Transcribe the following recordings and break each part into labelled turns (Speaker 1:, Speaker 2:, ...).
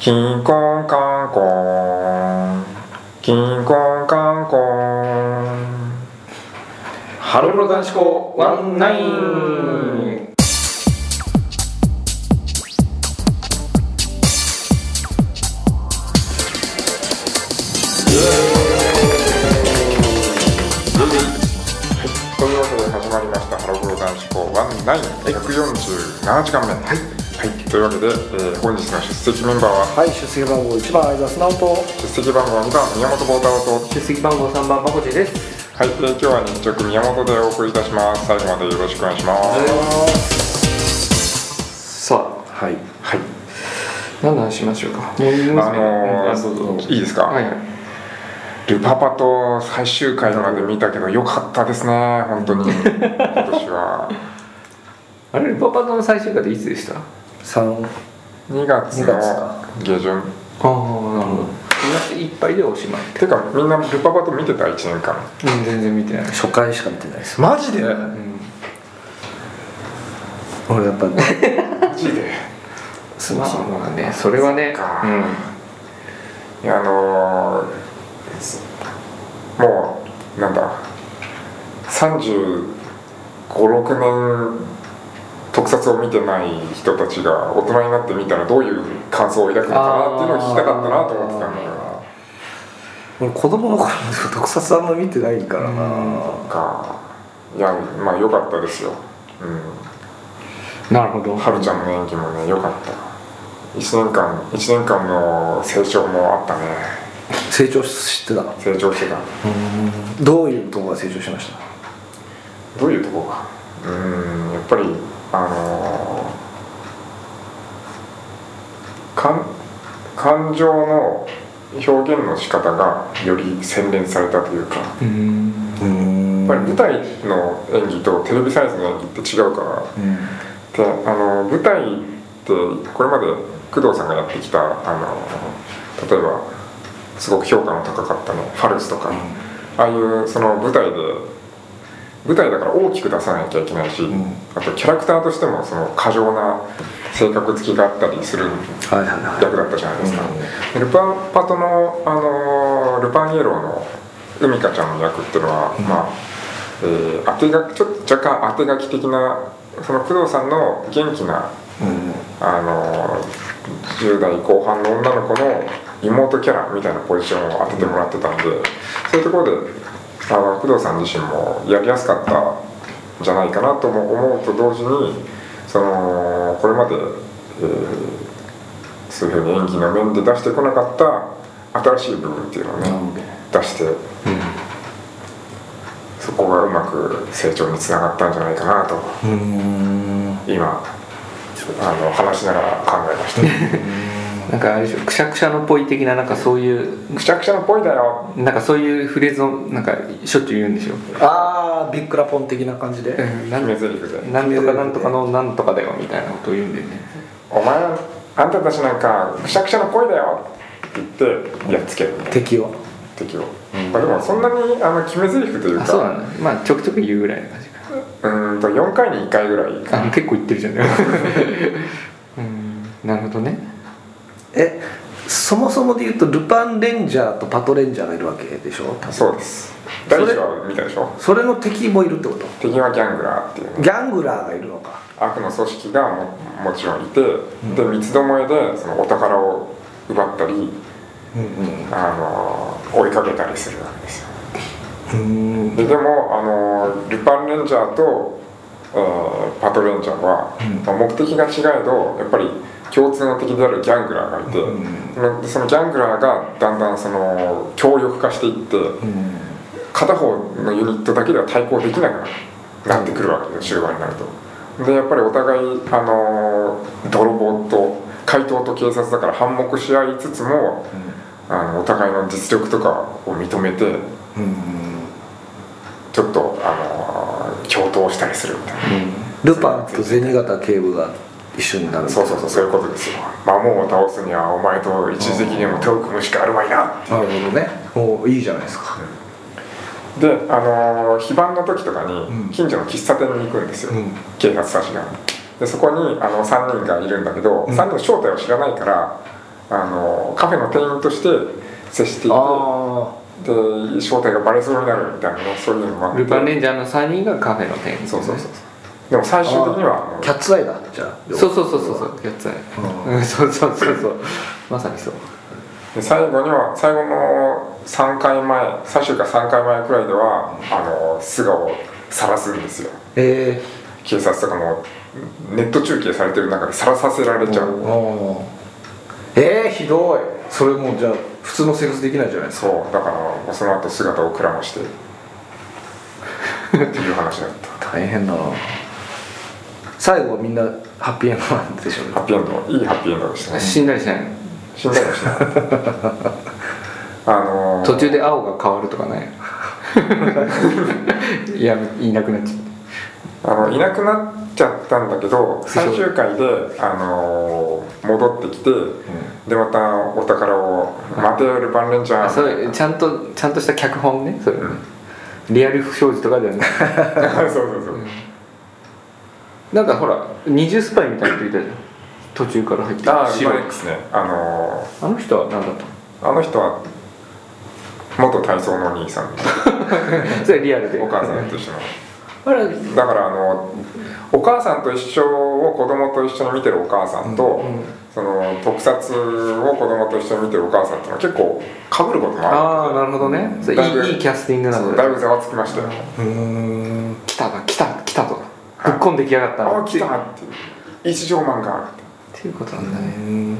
Speaker 1: キンコンカンコンキンコンカンコン
Speaker 2: ハロプロ男子校ワンナイン
Speaker 1: というわけで始まりましたハロプロ男子校ワンナイン147時間目はい、はい、というわけで、えー本日の出席メンバーは
Speaker 3: はい、出席番号1番相沢直人
Speaker 1: 出席番号2番宮本幸太郎と
Speaker 2: 出席番号3番まこちです
Speaker 1: はい、えー今日は日直宮本でお送りいたします最後までよろしくお願いします
Speaker 2: さあはい
Speaker 1: はい
Speaker 2: 何の話しましょうかモーニング娘。
Speaker 1: あのー
Speaker 2: あそうそう
Speaker 1: いいですか
Speaker 2: はいはい
Speaker 1: ルパパと最終回まで見たけど良かったですね本当に今年は
Speaker 2: あれルパパの最終回っていつでしたあ
Speaker 3: 3
Speaker 1: 2月の
Speaker 3: 二月か
Speaker 1: 下旬
Speaker 2: あなるほどいっぱいでおしまい
Speaker 1: てかみんなルパパと見てた1年間
Speaker 2: うん全然見てない
Speaker 3: 初回しか見てないです
Speaker 1: マジで
Speaker 2: うん
Speaker 3: 俺やっぱり
Speaker 1: マジで
Speaker 3: すい
Speaker 2: ま
Speaker 3: ま
Speaker 2: あ
Speaker 3: せん
Speaker 2: まあねそれはね
Speaker 1: そっか
Speaker 2: うん
Speaker 1: いやあのー、もうなんだ356年特撮を見てない人たちが大人になってみたらどういう感想を抱くのかなっていうのを聞きたかったなと思ってたんだよ
Speaker 3: 俺子供の頃特撮あんま見てないから
Speaker 2: う
Speaker 3: な
Speaker 1: なかいやまあ良かったですよ、う
Speaker 2: なるほど
Speaker 1: ん、はるちゃんの演技もね良かった1年間1年間の成長もあったね
Speaker 3: 成長してた
Speaker 1: 成長してた
Speaker 3: どういうとこが成長しました
Speaker 1: どういうとこがうーんやっぱりあのー感感情の表現の仕方がより洗練されたというかや
Speaker 2: うん
Speaker 3: うーん
Speaker 1: っぱり舞台の演技とテレビサイズの演技って違うからであの舞台ってこれまで工藤さんがやってきたあの例えばすごく評価の高かったねファルスとか、ああいうその舞台で舞台だから大きく出さなきゃいけないし、
Speaker 3: ん
Speaker 1: あとキャラクターとしてもその過剰な性格付きがあったりする
Speaker 3: はいはいは
Speaker 1: 役だったじゃないですか、
Speaker 3: う
Speaker 1: ルパンパトの、あのールパンイエローの海香ちゃんの役っていうのは、まあ、えー当てがちょっと若干当て書き的なその工藤さんの元気な、
Speaker 3: いうん
Speaker 1: あのー10代後半の女の子の妹キャラみたいなポジションを当ててもらってたんでそういうところであの工藤さん自身もやりやすかったんじゃないかなとも思うと同時にそのこれまで、えーそういうふうに演技の面で出してこなかった新しい部分っていうのをね、出して、そこがうまく成長につながったんじゃないかなと
Speaker 3: うーん
Speaker 1: 今あの話しながら考えました
Speaker 2: なんかあれでしょくしゃくしゃのぽい的ななんかそういう
Speaker 1: くちゃくちゃのぽいだよ
Speaker 2: なんかそういうフレーズをなんかしょっちゅう言うんでしょ
Speaker 3: ああビッグラポン的な感じで
Speaker 2: なん
Speaker 1: 決め台詞で
Speaker 2: なんとかなんとかのなんとかだよみたいなことを言うんだよね
Speaker 1: 「お前あんたたちなんかくしゃくちゃのぽいだよ」って言ってやっつける
Speaker 3: 敵は
Speaker 1: 敵を、まあ、でもそんなにあの決め台詞という
Speaker 2: あそう
Speaker 1: か
Speaker 2: なんだまあちょくちょく言うぐらいの感じか
Speaker 1: うーんと4回に1回ぐらいか
Speaker 2: あ結構言ってるじゃんうんなるほどね
Speaker 3: えそもそもで言うとルパンレンジャーとパトレンジャーがいるわけでしょ
Speaker 1: そうです第一話見たでしょ
Speaker 3: それの敵もいるってこと
Speaker 1: 敵はギャングラーっていうね
Speaker 3: ギャングラーがいるのか
Speaker 1: 悪の組織がももちろんいて、で三つどもえでそのお宝を奪ったり、あの追いかけたりするわけですよ
Speaker 3: うん
Speaker 1: ででもあのルパンレンジャーと、えーパトレンジャーは、まあ目的が違えどやっぱり共通の敵であるギャングラーがいて、でそのギャングラーがだんだんその強力化していって、片方のユニットだけでは対抗できなくなってくるわけよ終盤になるとでやっぱりお互い、あのー泥棒と怪盗と警察だから反目し合いつつも、あのお互いの実力とかを認めてちょっと、あのー共闘したりするみたいな、
Speaker 3: ルパンと銭形警部が一緒になる
Speaker 1: そうそうそうそういうことですよ魔王を倒すにはお前と一時的にも手を組むしかあるまいな
Speaker 3: なるほどねおういいじゃないですか
Speaker 1: で、あのー非番の時とかに近所の喫茶店に行くんですよ、
Speaker 3: ん
Speaker 1: 警察たちがでそこにあの3人がいるんだけど、3人の正体を知らないからあのカフェの店員として接していて
Speaker 3: あ
Speaker 1: で正体がバレそうになるみたいなそういうのもあって
Speaker 2: ルパンレンジャーの3人がカフェの店員
Speaker 1: そうそうそうそうでも最終的には
Speaker 3: あキャッツアイだじゃあ
Speaker 2: そうそうそうそうそうやつうんそうそうそうそうまさにそう
Speaker 1: で最後には最後の3回前最終回3回前くらいではあの素顔を晒すんですよ
Speaker 3: え
Speaker 1: 警察とかもネット中継されてる中で晒させられちゃ
Speaker 3: ー、
Speaker 1: う
Speaker 3: おーえー、ひどいそれもうじゃあ普通の生活できないじゃないですか
Speaker 1: そうだからもうその後姿をくらましてっていう話だった
Speaker 3: 大変だな最後はみんなハッピーエンドなんでしょうね
Speaker 1: ハッピーエンドいいハッピーエンドでしたね
Speaker 2: 死んだりしないの
Speaker 1: 死んだりはしないあのー
Speaker 2: 途中で青が変わるとかないのいやいなくなっちゃっ
Speaker 1: あのいなくなっちゃったんだけど最終回で、あのー戻ってきて、でまたお宝を「待てよルパンレンジャ
Speaker 2: た
Speaker 1: ー」
Speaker 2: あそういうちゃんとちゃんとした脚本ねそれねリアル不祥事とかではない
Speaker 1: そうそうそう、
Speaker 2: なんかほら二重スパイみたいな人いたじゃん途中から入ってきた
Speaker 1: ああ
Speaker 2: 白い
Speaker 1: ックスねあの
Speaker 2: あの人は何だった
Speaker 1: ーあ
Speaker 2: の
Speaker 1: の人は元体操のお兄さん
Speaker 2: それリアルで
Speaker 1: お母さんと一緒の
Speaker 2: あれ
Speaker 1: だからあのお母さんと一緒を子供と一緒に見てるお母さんと、その特撮を子供と一緒に見てるお母さんっていうのは結構かぶることもあ
Speaker 2: ああなるほどねそれ
Speaker 1: だいぶ
Speaker 2: いいいいキャスティング
Speaker 1: る
Speaker 2: な
Speaker 1: そ
Speaker 2: の
Speaker 1: うだい
Speaker 2: で
Speaker 1: ぶざわつきましたよ
Speaker 3: うーん
Speaker 2: 来たな来た来たとぶっこんできやがった
Speaker 1: あ
Speaker 2: な
Speaker 1: あ来たっていう一条漫画
Speaker 2: っていうことなんだね
Speaker 3: うん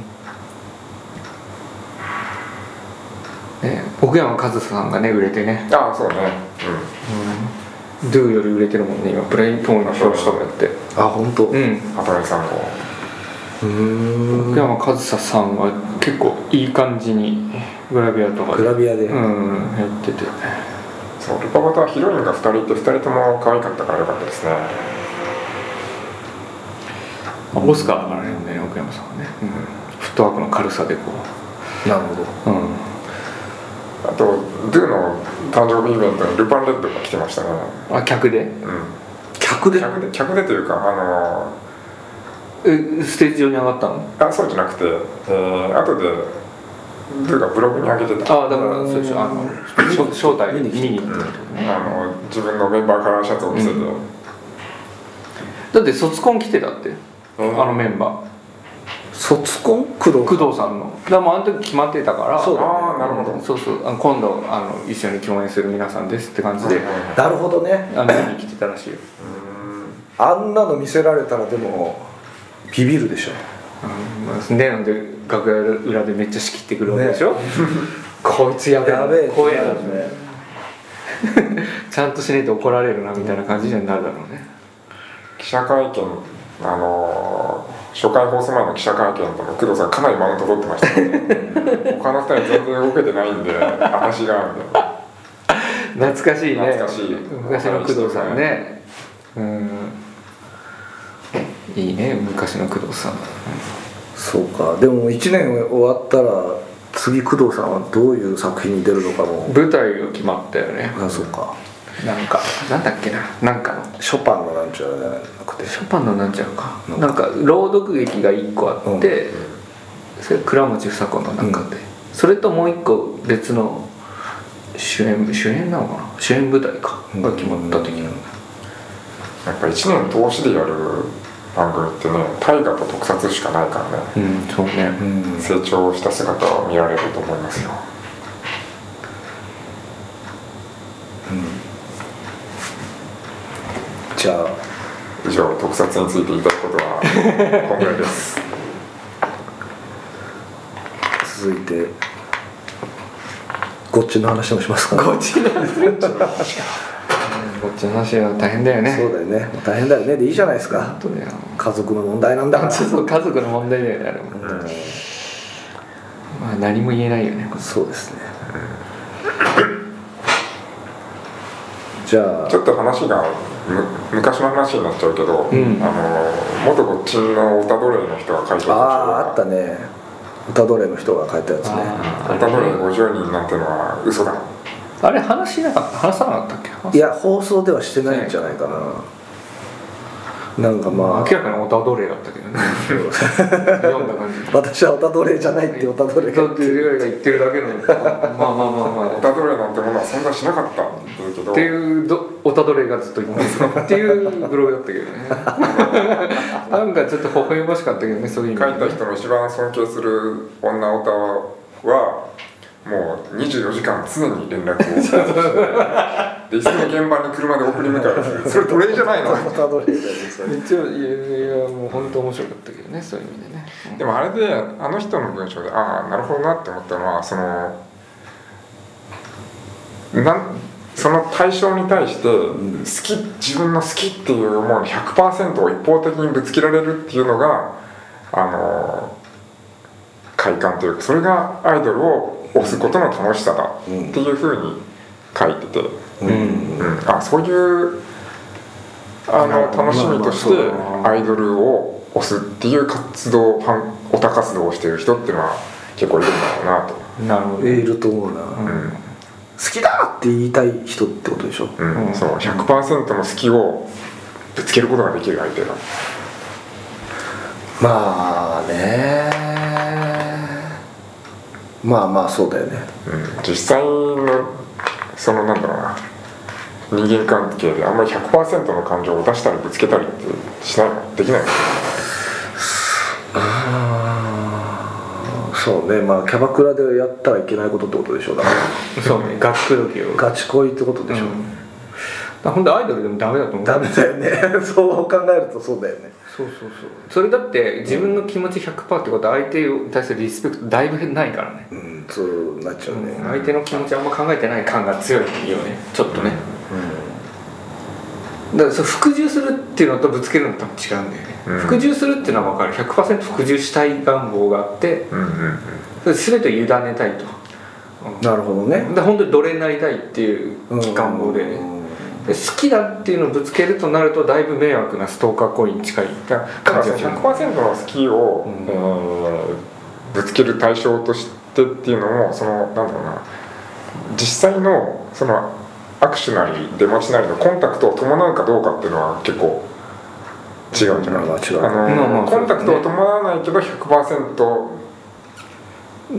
Speaker 2: ね奥山和沙さんがね売れてね
Speaker 1: ああそうね
Speaker 2: 「Do」より売れてるもんね今ブレインポーンの表紙とかやって
Speaker 3: あ本当。う
Speaker 2: うん
Speaker 1: うん畑中さんも
Speaker 3: ーん
Speaker 2: 奥山和沙さんは結構いい感じにグラビアとか
Speaker 3: グラビアで、
Speaker 2: うんやってて
Speaker 1: そうルパバタはヒロインが2人いて2人とも可愛かったからよかったですね
Speaker 2: オスカーからねんだよね奥山さんはねフットワークの軽さでこ
Speaker 3: なるほど
Speaker 2: ううん
Speaker 1: あと「ドゥの誕生日イベントにルパンレッドが来てましたね
Speaker 2: あ客で
Speaker 1: うん
Speaker 3: 客で
Speaker 1: 客で客でというかあのー
Speaker 2: えステージ上に上がったの
Speaker 1: あそうじゃなくて、えー、後でというかブログに上げてた
Speaker 2: ああだからそうでしょあの招招待見に行ったってことね
Speaker 1: あの自分のメンバーカラーシャツを見せて、
Speaker 2: うだって卒コン来てたってあ
Speaker 1: うん
Speaker 2: のメンバー
Speaker 3: 卒コン工藤
Speaker 2: 工藤さんのだからもうあの時決まってたから
Speaker 3: そうだ
Speaker 1: ああなるほど、
Speaker 2: うんそうそうあの今度あの一緒に共演する皆さんですって感じで、
Speaker 3: なるほどね
Speaker 2: あの見に来てたらしいよ
Speaker 3: あんなの見せられたらでもビビるでしょ
Speaker 2: うんまあねなんで楽屋裏でめっちゃ仕切ってくるわけでしょ、こいつやべえ
Speaker 3: やべえ
Speaker 2: 怖え
Speaker 3: な
Speaker 2: な
Speaker 3: るね
Speaker 2: ちゃんとしねえと怒られるなみたいな感じになるだろうね、
Speaker 1: 記者会見あのー初回放送前の記者会見とも工藤さんかなりマウント取ってました、 ね、他の二人全然動けてないんで私がみたいな
Speaker 2: 懐かしいね
Speaker 1: 懐かしい
Speaker 2: 昔の工藤さんねうんいいね昔の工藤さん
Speaker 3: そうかでも1年終わったら次工藤さんはどういう作品に出るのかも
Speaker 2: 舞台が決まったよね
Speaker 3: あそうか
Speaker 2: なんかなんだっけななんかの
Speaker 3: ショパンのなんちゃらじゃなくて
Speaker 2: ショパンのなんちゃうかなんか朗読劇が1個あって、それ倉持房子の中で、それともう1個別の主演主演なのかな主演舞台かが決まった時
Speaker 3: に
Speaker 2: に、
Speaker 1: やっぱ一年通しでやる番組ってね大河と特撮しかないからね
Speaker 2: うんそうね、
Speaker 3: うん
Speaker 1: 成長した姿を見られると思いますよ
Speaker 3: じゃあ
Speaker 1: 以上特撮について言いたいことは こんぐらいです
Speaker 3: 続いてゴッチの話もしますかゴッチの
Speaker 2: こっちの話は大変だよね
Speaker 3: そうだよね大変だよねでいいじゃないですか
Speaker 2: 本当だよ
Speaker 3: 家族の問題なんだから
Speaker 2: そうそう家族の問題だよねあれも、まあ何も言えないよね
Speaker 3: そうですねじゃあ
Speaker 1: ちょっと話がむ昔の話になっちゃうけど、
Speaker 2: ん
Speaker 1: あの元こっちのオタドレイの人が書いて
Speaker 3: あ
Speaker 1: た
Speaker 3: ああったね歌どれの人が書いたやつね
Speaker 1: オ
Speaker 2: あ
Speaker 1: タドレイ50人なんてのは嘘だ
Speaker 2: あれ話しなかった話さなかったっけ
Speaker 3: いや放送ではしてないんじゃないかななんかまあ
Speaker 2: 明らかにオタ奴隷だったけ どね読んだ感じ
Speaker 3: 私はオタ奴隷じゃないってオタ 奴隷
Speaker 2: だって俺が言ってるだけのまあまあまあまあ
Speaker 1: オタ奴隷なんてものは存在しなかったんですけど
Speaker 2: っていうどオタドレがずっと言ってますっていうブログだったけどねなんかちょっと微笑ましかったけどねそういう意
Speaker 1: 書い
Speaker 2: 味で
Speaker 1: た人の一番尊敬する女オタははもう24時間常に連絡をしてでいつも現場に車で送り迎えをするそれ奴隷じゃないの
Speaker 3: オタ奴隷じゃないそれ
Speaker 2: 一応いやいやもう本当面白かったけどねそういう意味でね
Speaker 1: でもあれであの人の文章でああなるほどなって思ったのはそのなんその対象に対して好き自分の好きっていう思いの100%を一方的にぶつけられるっていうのがあの快感というかそれがアイドルを推すことの楽しさだっていうふうに書いてて、
Speaker 3: うん
Speaker 1: うん、あそういうあ
Speaker 3: なる
Speaker 1: の
Speaker 3: ほど
Speaker 1: 楽しみとして
Speaker 3: まあまあそうだな
Speaker 1: アイドルを推すっていう活動ファンオタ活動をしてる人っていうのは結構いるんだろうなと、
Speaker 2: なるほ
Speaker 3: えいると思うな、
Speaker 2: う
Speaker 3: 好
Speaker 2: ん
Speaker 3: きだって言いたい人ってことでしょ、
Speaker 1: うん
Speaker 2: うん
Speaker 1: その100%の好きをぶつけることができる相手が
Speaker 3: まあねまあまあそうだよね
Speaker 1: うん実際のそのなんだろうな人間関係であんまり100%の感情を出したりぶつけたりってしないのできないの
Speaker 3: ああそうねまあキャバクラでやったらいけないことってことでしょだから
Speaker 2: そうね学区時を
Speaker 3: ガチ恋ってことでしょ、
Speaker 2: うんだ本当アイドルでもダメだと思う
Speaker 3: ダメだよね そう考えるとそうだよね
Speaker 2: そうそうそうそれだって自分の気持ち100%ってことは相手に対するリスペクトだいぶないからね、
Speaker 3: うんそうなっちゃうね、
Speaker 2: 相手の気持ちあんま考えてない感が強いよねちょっとね、だからそう服従するっていうのとぶつけるのと違うんだよね、
Speaker 1: うん
Speaker 2: 服従するっていうのは分かる100%服従したい願望があって
Speaker 1: うんうんうん
Speaker 2: それ全てを委ねたいと、うん
Speaker 3: なるほどね
Speaker 2: だから本当に奴隷になりたいっていう願望でね、
Speaker 3: うん
Speaker 2: で好きだっていうのをぶつけるとなるとだいぶ迷惑なストーカー行為に近い
Speaker 1: だからその100%の好きを、
Speaker 2: うん
Speaker 1: えーぶつける対象としてっていうのもそのなんだろうな実際のその握手なり出待ちなりのコンタクトを伴うかどうかっていうのは結構違うんじゃない
Speaker 3: まあ違う
Speaker 1: あの、
Speaker 2: まあまあ
Speaker 1: コンタクトを伴わないけど100%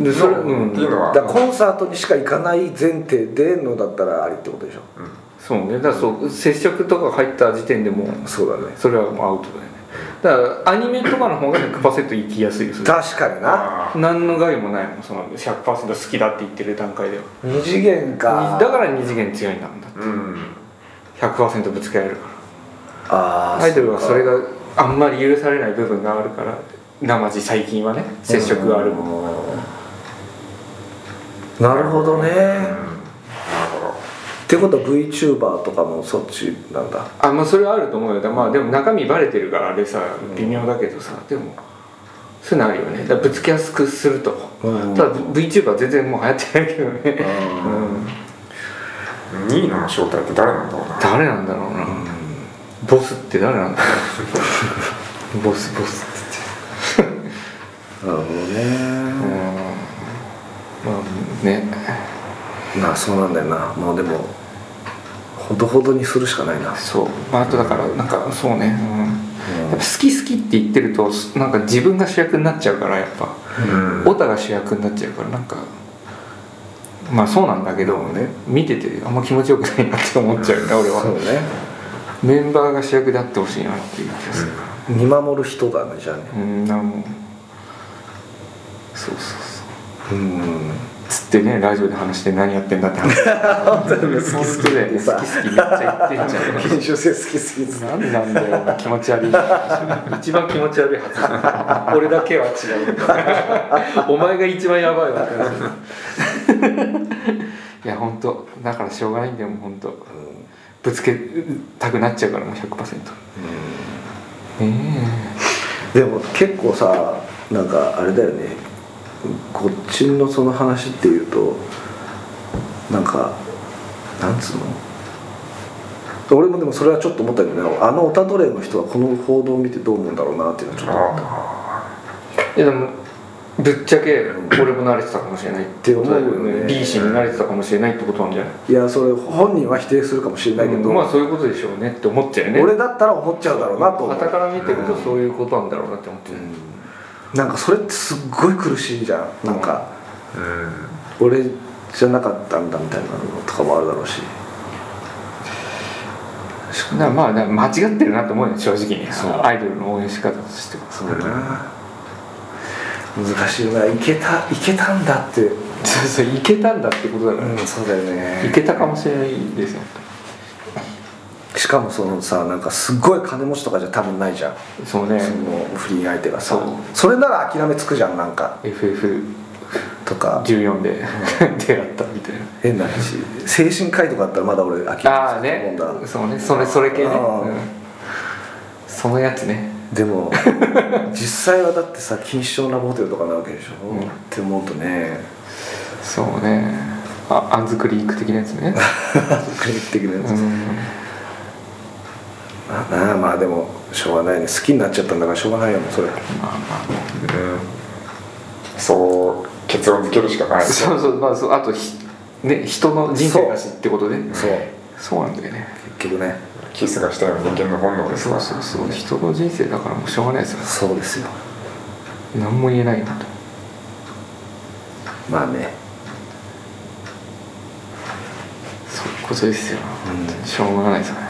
Speaker 2: でそれ、うん、
Speaker 1: っていうのは、
Speaker 3: だからコンサートにしか行かない前提でのだったらありってことでしょ
Speaker 2: そうねだからそう接触とか入った時点でもう
Speaker 3: そうだね
Speaker 2: それはもうアウトだよねだからアニメとかの方が100%生きやすいですね
Speaker 3: 確かにな
Speaker 1: あー
Speaker 2: 何の害もないもんその100%好きだって言ってる段階では
Speaker 3: 二次元か
Speaker 2: だから二次元強いんだもんだ
Speaker 1: うん
Speaker 2: 100%ぶつけられるか
Speaker 3: あー
Speaker 2: らアイドルはそれ
Speaker 3: うか
Speaker 2: があんまり許されない部分があるから生地最近はね接触がある
Speaker 3: うんなるほどね
Speaker 1: うんなるほど
Speaker 3: ってことは VTuber とかもそっちなんだ
Speaker 2: あまあそれはあると思うよだまあでも中身バレてるからあれさ微妙だけどさでもそういうのあるよねだからぶつけやすくすると
Speaker 3: うん
Speaker 2: ただ VTuber 全然もう流行ってないけどねうん
Speaker 1: ニーナの正体って誰なんだろうな
Speaker 2: 誰なんだろうなボスって誰なんだろう ボスボスって
Speaker 3: なるほど
Speaker 2: 言ってうん
Speaker 3: ね
Speaker 2: まあね
Speaker 3: なあそうなんだよなもうでもほどほどにするしかないな
Speaker 2: そうまああとだからなんかそうねうんやっぱ好き好きって言ってるとなんか自分が主役になっちゃうからやっぱ
Speaker 1: うん
Speaker 2: オタが主役になっちゃうからなんかまあそうなんだけど、ね、見ててあんま気持ちよくないなって思っちゃうね俺
Speaker 3: そう
Speaker 2: は
Speaker 3: ね
Speaker 2: メンバーが主役であってほしいなっていう気がするから
Speaker 3: 見守る人だねじゃあね
Speaker 2: うんなんもそうそうそう
Speaker 3: うん
Speaker 2: つってねラジオで話して何やってんだって 話好き好きだよね好き好きめっちゃ言 ってんじゃん
Speaker 3: 研修生好き好き です
Speaker 2: 何なんだよお前気持ち悪い一番気持ち悪いはず俺だけは違うお前が一番やばいわ いや本当だからしょうがないんだよもう本当、ぶつけたくなっちゃうからもう100%ね
Speaker 3: でも結構さなんかあれだよねこっちのその話っていうとなんかなんつうの俺もでもそれはちょっと思ったけどねあのオタドレの人はこの報道を見てどう思うんだろうなっていうのはちょっと思った
Speaker 1: あ
Speaker 2: えいやでもぶっちゃけ俺も慣れてたかもしれないってことだよ
Speaker 3: って思うよ
Speaker 2: ね
Speaker 3: ね
Speaker 2: B 氏に慣れてたかもしれないってことなんじゃない
Speaker 3: いやそれ本人は否定するかもしれないけど、
Speaker 2: まあそういうことでしょうねって思っちゃうよね
Speaker 3: 俺だったら思っちゃうだろうなと思う
Speaker 2: 傍から見てるとそういうことなんだろうなって思ってる、
Speaker 3: なんかそれってすっごい苦しいじゃんなんか、俺じゃなかったんだみたいなのとかもあるだろうし
Speaker 2: だからまあだから間違ってるなって思うよね正直にアイドルの応援し方としては
Speaker 3: そうだな難しいよないけたいけたんだってう
Speaker 2: そうそういけたんだってことだから、
Speaker 3: んそうだよね
Speaker 2: いけたかもしれないですよ
Speaker 3: しかもそのさなんかすごい金持ちとかじゃ多分ないじゃん
Speaker 2: そうね
Speaker 3: そのフリー相手がさ
Speaker 2: そう
Speaker 3: それなら諦めつくじゃんなんか
Speaker 2: FF14
Speaker 3: とか
Speaker 2: で出会ったみたいな
Speaker 3: 変な話精神科医とかだったらまだ俺諦めつく
Speaker 2: あ
Speaker 3: と思
Speaker 2: あ
Speaker 3: う
Speaker 2: ね
Speaker 3: んだ、
Speaker 2: そうねそれそれ系ね、
Speaker 3: あー
Speaker 2: うんそのやつね
Speaker 3: でも実際はだってさ錦糸町ラブホテルとかなわけでしょ、
Speaker 2: ん
Speaker 3: って思うとね
Speaker 2: そうねあアンズクリーク的なやつね
Speaker 3: クリニック的なやつ、
Speaker 2: うん
Speaker 3: まあなあまあでもしょうがないね好きになっちゃったんだからしょうがないよもうそれ
Speaker 2: まあまあ
Speaker 1: そう結論付けるしかないです
Speaker 2: そうそうまあそうあとひね人の人生だしってことで
Speaker 3: そう
Speaker 2: そうなんだよね
Speaker 3: 結局ね
Speaker 1: キスがしたいのは人間の本能です
Speaker 2: そ
Speaker 1: か
Speaker 2: うそうそう人の人生だからもうしょうがないですよ
Speaker 3: そうですよ
Speaker 2: 何も言えないなと
Speaker 3: まあね
Speaker 2: そういうことですよ、
Speaker 3: うん
Speaker 2: しょうがないですよね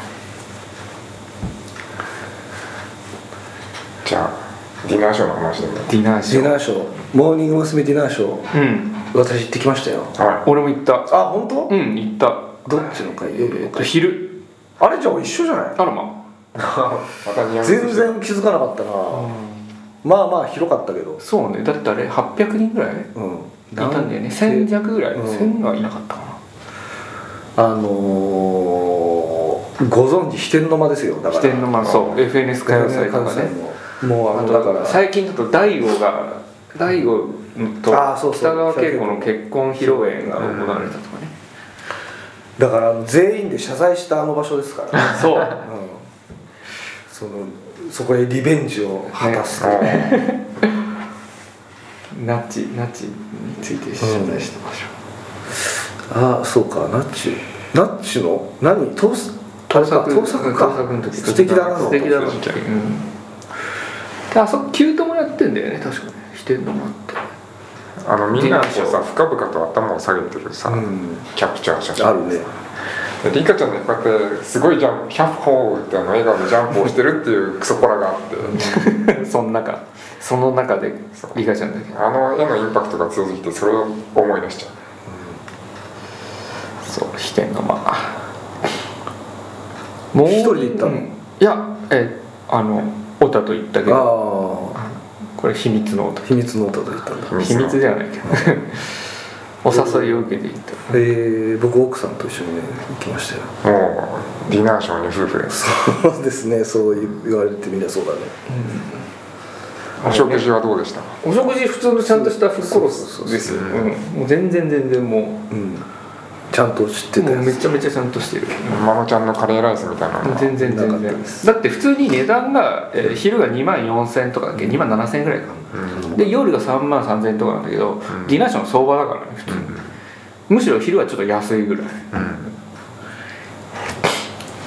Speaker 1: じゃあディナーショーの話でも
Speaker 2: ディナーシ
Speaker 3: デ
Speaker 2: ョ
Speaker 3: ィナ
Speaker 2: ー
Speaker 3: ーショーモーニング娘。ディナーショー
Speaker 2: うん
Speaker 3: 私行ってきましたよ
Speaker 1: は
Speaker 2: 俺も行った
Speaker 3: あ本当、
Speaker 2: うん行った
Speaker 3: どっちの回夜
Speaker 2: え
Speaker 3: の
Speaker 2: っと
Speaker 3: 回
Speaker 2: 昼
Speaker 3: あれじゃあ一緒じゃない
Speaker 2: あらま
Speaker 1: いまたニヤ
Speaker 3: 全然気づかなかったなまあまあ広かったけど
Speaker 2: そうねだってあれ800人ぐらいい
Speaker 3: うん
Speaker 2: たんだよね1000弱ぐらい、
Speaker 3: うん
Speaker 2: 1000はいなかったかな
Speaker 3: あのー、ご存知秘天の間ですよだから
Speaker 2: 飛天の間そう FNS 歌謡祭とかね
Speaker 3: もうあ
Speaker 2: あ
Speaker 3: の
Speaker 2: と
Speaker 3: だから
Speaker 2: 最近だと大悟が大悟と
Speaker 3: あーそうそう
Speaker 2: 北川景子の結婚披露宴が行われたとかね
Speaker 3: だからあの全員で謝罪したあの場所ですから、ね
Speaker 2: そう
Speaker 3: うん、そのそこへリベンジを果たすという、
Speaker 2: ナチナチについて謝罪した場所、
Speaker 3: ああそうかナッチナッチの何盗
Speaker 2: 盗
Speaker 3: 盗作盗作か
Speaker 2: 盗作の時
Speaker 3: 素敵だな
Speaker 2: 素敵だな
Speaker 3: 盗
Speaker 2: うん
Speaker 3: 作
Speaker 2: であそこキュートもやってんだよね確かね飛天の間って
Speaker 1: あのみんなこうさ深々と頭を下げてるさ、
Speaker 3: うん
Speaker 1: キャプチャー写真
Speaker 3: あるね
Speaker 1: でリカちゃんねこうやってすごいジャンプキャッホーってあの笑顔でジャンプをしてるっていうクソコラがあって
Speaker 2: その中その中でリカちゃんだけ
Speaker 1: あの絵のインパクトが強すぎてそれを思い出しちゃう
Speaker 2: そう飛天の間も
Speaker 3: 一人で行ったの
Speaker 2: うんいやえあのオタと行ったけど
Speaker 3: あ
Speaker 2: これ秘密のオタ
Speaker 3: あ秘密の音だったんだ
Speaker 1: 秘密
Speaker 2: 秘
Speaker 1: の
Speaker 2: 密じゃないけどお誘いを受けて行った
Speaker 3: えー、僕奥さんと一緒にね行きましたよ
Speaker 1: もうディナーショーに夫婦です
Speaker 3: そうですねそう言われてみりゃそうだね
Speaker 1: お食事はどうでした
Speaker 2: お食事普通のちゃんとしたフッコロス
Speaker 3: そうそうそうそう
Speaker 2: ですよ、うん、もう全然全然もう
Speaker 3: うんちゃんと知ってた
Speaker 2: もう
Speaker 3: や
Speaker 2: め
Speaker 3: つ
Speaker 2: ちゃめちゃちゃんとしてる
Speaker 1: ママちゃんのカレーライスみたいなの
Speaker 2: もう
Speaker 1: は
Speaker 2: 全然
Speaker 3: なか
Speaker 2: 全
Speaker 3: った
Speaker 2: 然
Speaker 3: です
Speaker 2: だって普通に値段が、えー昼が2万4000とかだっけ2万7000ぐらいかで夜が3万3000とかなんだけど、ディナーショーの相場だからね普通に、むしろ昼はちょっと安いぐらい、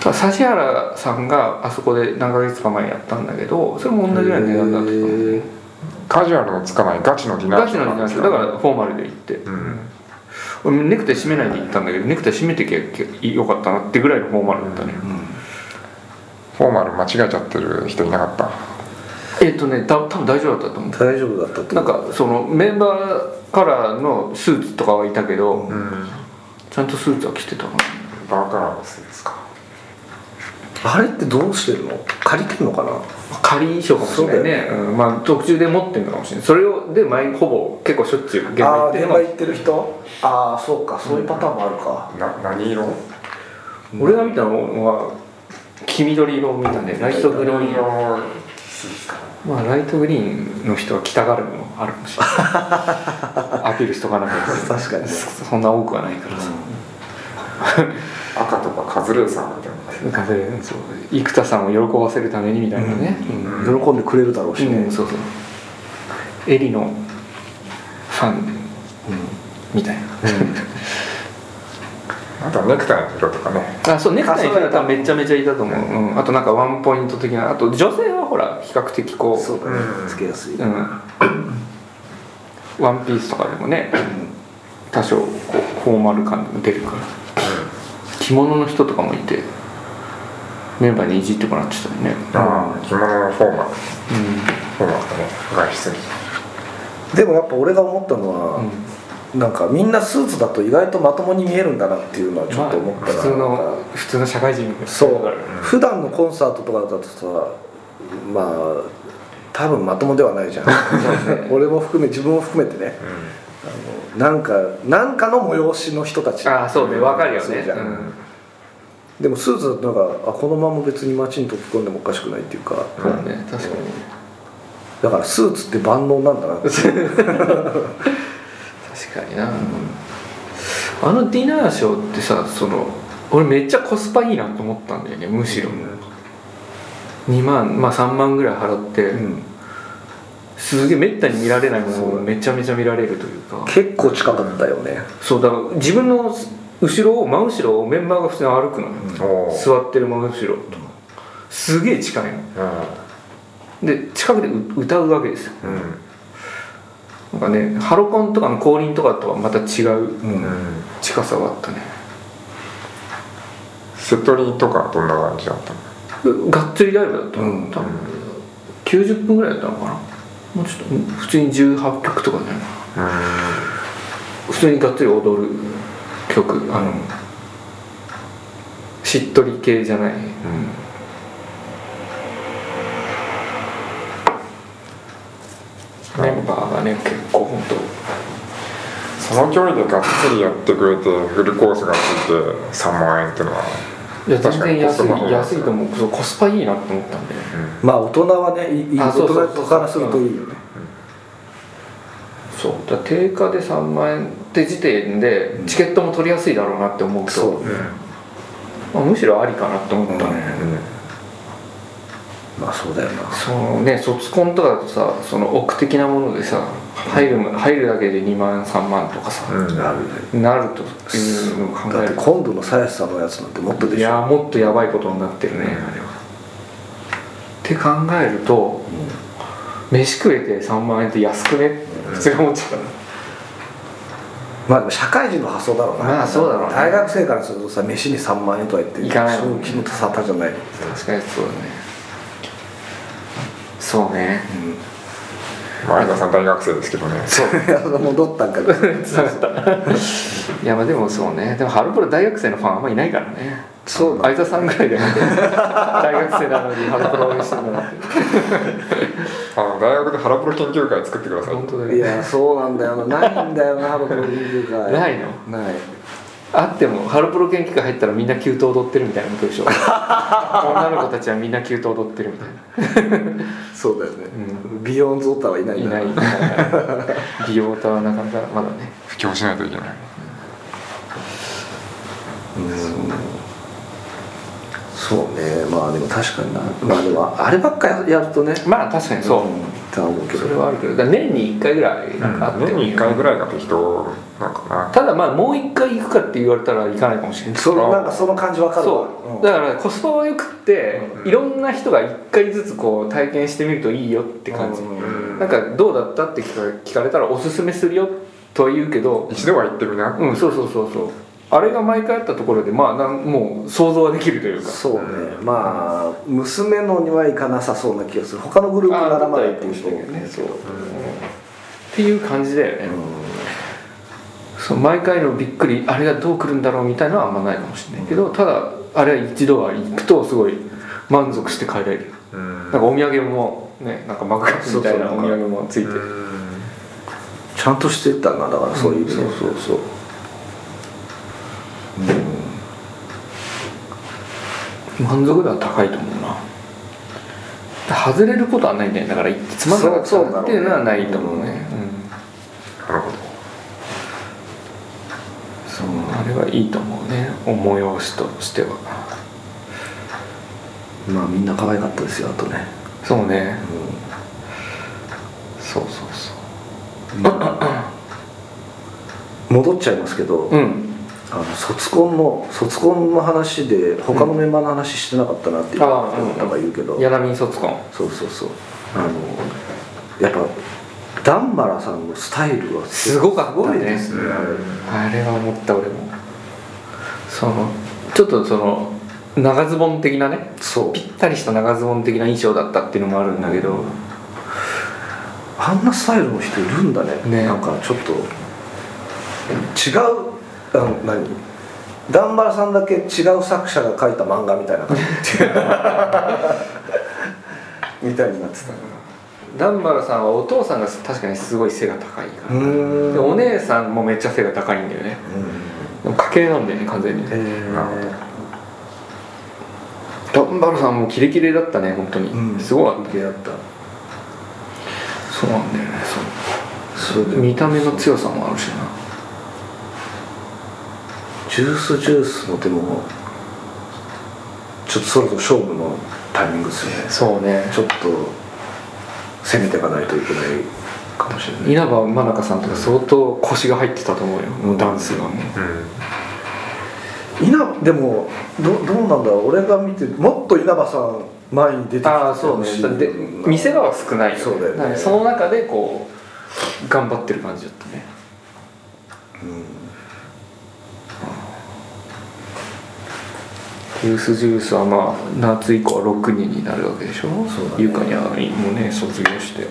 Speaker 2: ただ指原さんがあそこで何ヶ月か前にやったんだけどそれも同じぐらいの値段だったと思う
Speaker 3: へー
Speaker 1: カジュアルのつかないガチのディナ
Speaker 2: ガ
Speaker 1: ーシ
Speaker 2: チ
Speaker 1: ョ
Speaker 2: の
Speaker 1: ー
Speaker 2: デ
Speaker 1: なん
Speaker 2: ィナー
Speaker 1: で
Speaker 2: シ
Speaker 1: す
Speaker 2: ョー
Speaker 1: よ
Speaker 2: だからフォーマルで行って、
Speaker 1: うん
Speaker 2: 俺ネクタイ締めないで行ったんだけどネクタイ締めてきゃよかったなってぐらいのフォーマルだったね、
Speaker 1: フォーマル間違えちゃってる人いなかった
Speaker 2: えっ、とねた多分大丈夫だったと思
Speaker 3: 大丈夫だったって
Speaker 2: うなんかそのメンバーカラーのスーツとかはいたけど、ちゃんとスーツは着てたかな
Speaker 1: バーカラーのせいですか
Speaker 3: あれってどうしてんの借りてんのかな
Speaker 2: 仮衣装かもしれないねうんまあ特注で持ってるのかもしれないそれをで毎ほぼ結構しょっちゅう現場行
Speaker 3: あ
Speaker 2: っ
Speaker 3: あー
Speaker 2: てる
Speaker 3: 現
Speaker 2: の
Speaker 3: 場行ってる人ああそうかそういうパターンもあるか、
Speaker 1: な何色
Speaker 2: 俺が見たのは黄緑色を見たねライトグリーン
Speaker 1: 色
Speaker 2: まあライトグリーンの人は着たがるのあるかもしれ ないアピールしとかなきゃいけない
Speaker 3: 確かにね
Speaker 2: そそんな多くはないからさ、
Speaker 1: 赤とかカズレーザーみたいな
Speaker 2: なんかねそう生田さんを喜ばせるためにみたいなね、うん
Speaker 3: 喜んでくれるだろうしね、
Speaker 2: うんそうそうエリのファンみたい
Speaker 1: あとはネクタイの色とかね
Speaker 2: なあそうネクタイの
Speaker 3: あそう
Speaker 2: 人
Speaker 3: だ
Speaker 2: はめちゃめちゃいたと思う、うんあとなんかワンポイント的なあと女性はほら比較的こう
Speaker 3: そうだね
Speaker 1: うん
Speaker 3: つけやすい、
Speaker 2: うん、ワンピースとかでもね多少こうフォーマル感も出るから着物の人とかもいてメンバーにいじってもらってたよね
Speaker 1: ああ着物のフォーマルフォーマルとね外出に
Speaker 3: でもやっぱ俺が思ったのは、なんかみんなスーツだと意外とまともに見えるんだなっていうのはちょっと思った
Speaker 2: ま
Speaker 3: な
Speaker 2: あ普通の普通の社会人みたいな
Speaker 3: そう普段のコンサートとかだとさまあ多分まともではないじゃん 俺も含め自分も含めてねあのなんかなんかの催しの人たち
Speaker 2: ああそうねわかるよ
Speaker 3: そう
Speaker 2: ね
Speaker 3: じゃんでもスーツだとなんかあこのまま別に街に飛び込んでもおかしくないっていうか
Speaker 2: そうね確かに
Speaker 3: だからスーツって万能なんだなって
Speaker 2: 確かにな、あのディナーショーってさその俺めっちゃコスパいいなと思ったんだよねむしろ、2万まあ3万ぐらい払って、
Speaker 3: うん
Speaker 2: すげえめったに見られないもの
Speaker 3: そう
Speaker 2: をめちゃめちゃ見られるというか
Speaker 3: 結構近かったよね
Speaker 2: そうだから自分の後ろを真後ろをメンバーが普通に歩くのよ、
Speaker 1: おおー
Speaker 2: 座ってる真後ろとかすげえ近いので近くでう歌うわけですよ
Speaker 1: うん
Speaker 2: なんかねハロコンとかの降臨とかとはまた違う
Speaker 1: うんうん
Speaker 2: 近さはあったね
Speaker 1: セトリとかどんな感じだったの
Speaker 2: うがっつりライブだったの、
Speaker 3: うん
Speaker 2: 多分90分ぐらいだったのかなもうちょっと普通に18曲とかじゃないかな普通にがっつり踊る曲あの、しっとり系じゃない、メンバーがね結構本
Speaker 1: その距離でがっつりやってくれてフルコースがついて3万円ってのは
Speaker 2: 当いや
Speaker 1: 確
Speaker 2: 全
Speaker 1: かに
Speaker 2: 然
Speaker 1: コスパ
Speaker 2: 安
Speaker 1: の方
Speaker 2: い
Speaker 1: が
Speaker 2: 安いと思うそうコスパいいなと思ったんで
Speaker 3: まあ大人はねいいい
Speaker 2: あ
Speaker 3: 大
Speaker 2: そうそう
Speaker 3: 人とからするといいよね
Speaker 2: そうだから定価で3万円って時点でチケットも取りやすいだろうなって思うと、
Speaker 3: そう
Speaker 2: まあ、むしろありかなと思ったね、
Speaker 3: まあそうだよな
Speaker 2: そのね卒コンとかだとさその奥的なものでさ入る入るだけで2万3万とかさ、
Speaker 1: うんうん
Speaker 3: なるね
Speaker 2: なるというのを考
Speaker 3: だっ
Speaker 2: え
Speaker 3: て
Speaker 2: る
Speaker 3: 今度の鞘師さんのやつなんてもっと
Speaker 2: と
Speaker 3: で
Speaker 2: い
Speaker 3: しょ
Speaker 2: やもっとやばいことになってるね、
Speaker 1: うん
Speaker 2: あれはって考えると、飯食えて3万円って安くね、普通に思っちゃう
Speaker 3: まあでも社会人の発想だろうな
Speaker 2: まあそうだろうね
Speaker 3: 大学生からするとさ飯に3万円とは言って
Speaker 2: いかない
Speaker 3: 正気の沙汰じゃない、
Speaker 2: 確かにそうだねそうね
Speaker 1: 前田さん大学生ですけどね
Speaker 3: いや戻ったんかね
Speaker 2: いやまあでもそうねでもハロプロ大学生のファンあんまいないからね
Speaker 3: そうだ
Speaker 2: 相田さんぐらいで大学生なのにハロプロ応援してもらって
Speaker 1: あの大学でハラプロ研究会作ってください
Speaker 2: 本当だ
Speaker 3: い
Speaker 2: よ
Speaker 3: やそうなんだよなないんだよなハロプロ研究会
Speaker 2: ないの
Speaker 3: ない
Speaker 2: あってもハロプロ研究会入ったらみんな急騰踊ってるみたいなことでしょ女の子たちはみんな急騰踊ってるみたいな
Speaker 3: そうだよね、ビヨンズオタはいない
Speaker 2: い
Speaker 3: んだ
Speaker 2: ない
Speaker 3: よ
Speaker 2: みたいな美容家はなかなかまだね
Speaker 1: 布教しないといけない
Speaker 3: そうねまあでも確かになまあでもあればっかやるとね
Speaker 2: まあ確かにそう、
Speaker 3: んとは思うけど
Speaker 2: それはあるけどだから年に1回ぐらいなんかあって
Speaker 1: 年
Speaker 2: もいい
Speaker 1: に
Speaker 2: よ
Speaker 1: 1回ぐらいが適当なんかな
Speaker 2: ただまあもう1回行くかって言われたら行かないかもしれない
Speaker 3: そのなんかその感じわかるわ
Speaker 2: そううだからコスパはよくって、いろんな人が1回ずつこう体験してみるといいよって感じ、
Speaker 1: うん
Speaker 2: なんかどうだったって聞か聞かれたらおすすめするよとは言うけど
Speaker 1: 一度は行ってみな
Speaker 2: うんそうそうそうそうあれが毎回あったところでまあなんもう想像はできるというか
Speaker 3: そうねまあ娘のには行かなさそうな気がする他のグループ
Speaker 2: あ
Speaker 3: な
Speaker 2: あ
Speaker 3: ら
Speaker 2: だった
Speaker 3: ま
Speaker 2: ら
Speaker 3: だ
Speaker 2: い
Speaker 3: っ
Speaker 2: いか
Speaker 3: て
Speaker 2: も
Speaker 3: い
Speaker 2: し
Speaker 3: う
Speaker 2: れ
Speaker 3: と
Speaker 2: ないけどねそう、うんっていう感じだよね、そう毎回のびっくりあれがどう来るんだろうみたいなのはあんまないかもしれないけど、ただあれは一度は行くとすごい満足して帰れる、
Speaker 1: うん
Speaker 2: なんかお土産もねなんかマグカップみたいな
Speaker 3: そ
Speaker 2: お
Speaker 3: うそう
Speaker 2: 土産もついて
Speaker 3: ちゃんとしてったなだからそういう意味で、そうそうそう
Speaker 2: 満足度は高いと思うな外れることはないんだよだから行ってつまんなかっ
Speaker 3: そうそうだろ
Speaker 2: た
Speaker 3: う
Speaker 2: っ
Speaker 3: ね
Speaker 2: ていうのはないと思うね
Speaker 1: なるほど
Speaker 2: うんそうあれはいいと思うね思い催しとしては
Speaker 3: まあみんな可愛かったですよあとね
Speaker 2: そうね、そうそうそう
Speaker 3: 戻っちゃいますけど、
Speaker 2: うん
Speaker 3: あの卒コンの卒コンの話で他のメンバーの話してなかったなっていう、
Speaker 2: うんあーうん
Speaker 3: なんか言うけど、
Speaker 2: 柳卒コン
Speaker 3: そうそうそうあのやっぱダンマラさんのスタイルは
Speaker 2: すごかった
Speaker 3: すごい
Speaker 2: ね
Speaker 3: ですね
Speaker 2: あれは思った俺もそのちょっとその長ズボン的なね
Speaker 3: そう
Speaker 2: ぴったりした長ズボン的な衣装だったっていうのもあるんだけど
Speaker 3: あんなスタイルの人いるんだね
Speaker 2: ね
Speaker 3: なんかちょっと違うあの何ダンバラさんだけ違う作者が書いた漫画みたいな感じみたいになってた
Speaker 2: 南原さんはお父さんが確かにすごい背が高いから、
Speaker 3: ん
Speaker 2: でお姉さんもめっちゃ背が高いんだよねでも家系なんだよね完全に
Speaker 3: へえ
Speaker 1: なる
Speaker 2: 南原さんもキレキレだったね本当に、
Speaker 3: うん
Speaker 2: すごかった
Speaker 3: 出会った
Speaker 2: そうなんだよね
Speaker 3: それで
Speaker 2: 見た目の強さもあるしな
Speaker 3: ジュースジュースもでもちょっとそろそろ勝負のタイミングですよね
Speaker 2: そうね
Speaker 3: ちょっと攻めていかないといけないかもしれない
Speaker 2: 稲葉真中さんとか相当腰が入ってたと思うよ、
Speaker 3: うん
Speaker 2: ダンスがもう
Speaker 3: 稲葉でもどどうなんだろう俺が見てもっと稲葉さん前に出てきて
Speaker 2: ああそう
Speaker 3: ほ
Speaker 2: ね
Speaker 3: しい
Speaker 2: だって見せ場は少ないよね
Speaker 3: そうだよね
Speaker 2: からその中でこう頑張ってる感じだったねジュースジュースはまあ夏以降は6人になるわけでしょ
Speaker 3: そうだね
Speaker 2: ゆかにゃもね卒業して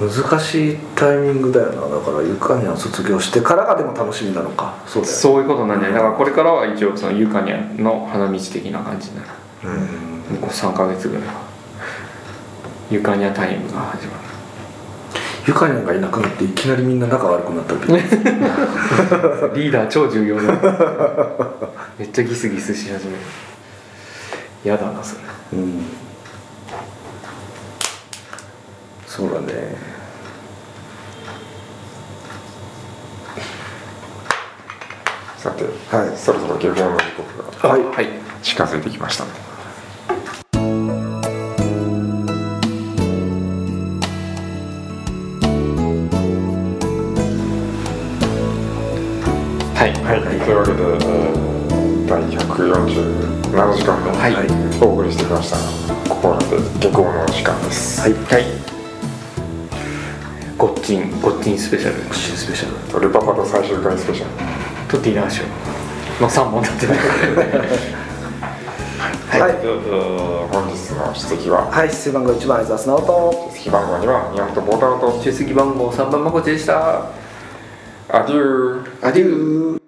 Speaker 3: 難しいタイミングだよなだからゆかにゃん卒業してからがでも楽しみなのかそうだよね
Speaker 2: そういうことなんじゃないだからこれからは一応そのゆかにゃの花道的な感じになる
Speaker 3: うん
Speaker 2: もう3ヶ月ぐらいはゆかにゃタイムが始 まる
Speaker 3: ゆかにゃんがいなくなっていきなりみんな仲悪くなったり
Speaker 2: リーダー超重要だめっちゃギスギスし始めるやだなそれ
Speaker 3: うんそうだね
Speaker 1: さて、
Speaker 3: はい
Speaker 1: そろそろ下校の時刻が
Speaker 3: はい
Speaker 2: はい
Speaker 1: 近づいてきましたね
Speaker 2: はい
Speaker 1: はい、というわけで、えー第147時間目、
Speaker 2: はいはい
Speaker 1: お送りしてきましたここまで下校の時間です、
Speaker 3: はい
Speaker 2: ゴッチンゴッチンスペシャル
Speaker 3: 新スペシャル
Speaker 1: とルパパと最終回スペシャル
Speaker 2: とディナーショーの3本 立てだからね
Speaker 1: はい、
Speaker 3: はい
Speaker 1: でえー本日の出席は
Speaker 3: はい出演番号1番相沢直人
Speaker 1: 出席番号には宮本ボータロと
Speaker 2: 出席番号3番まこちでした
Speaker 1: アデュー
Speaker 3: アデュー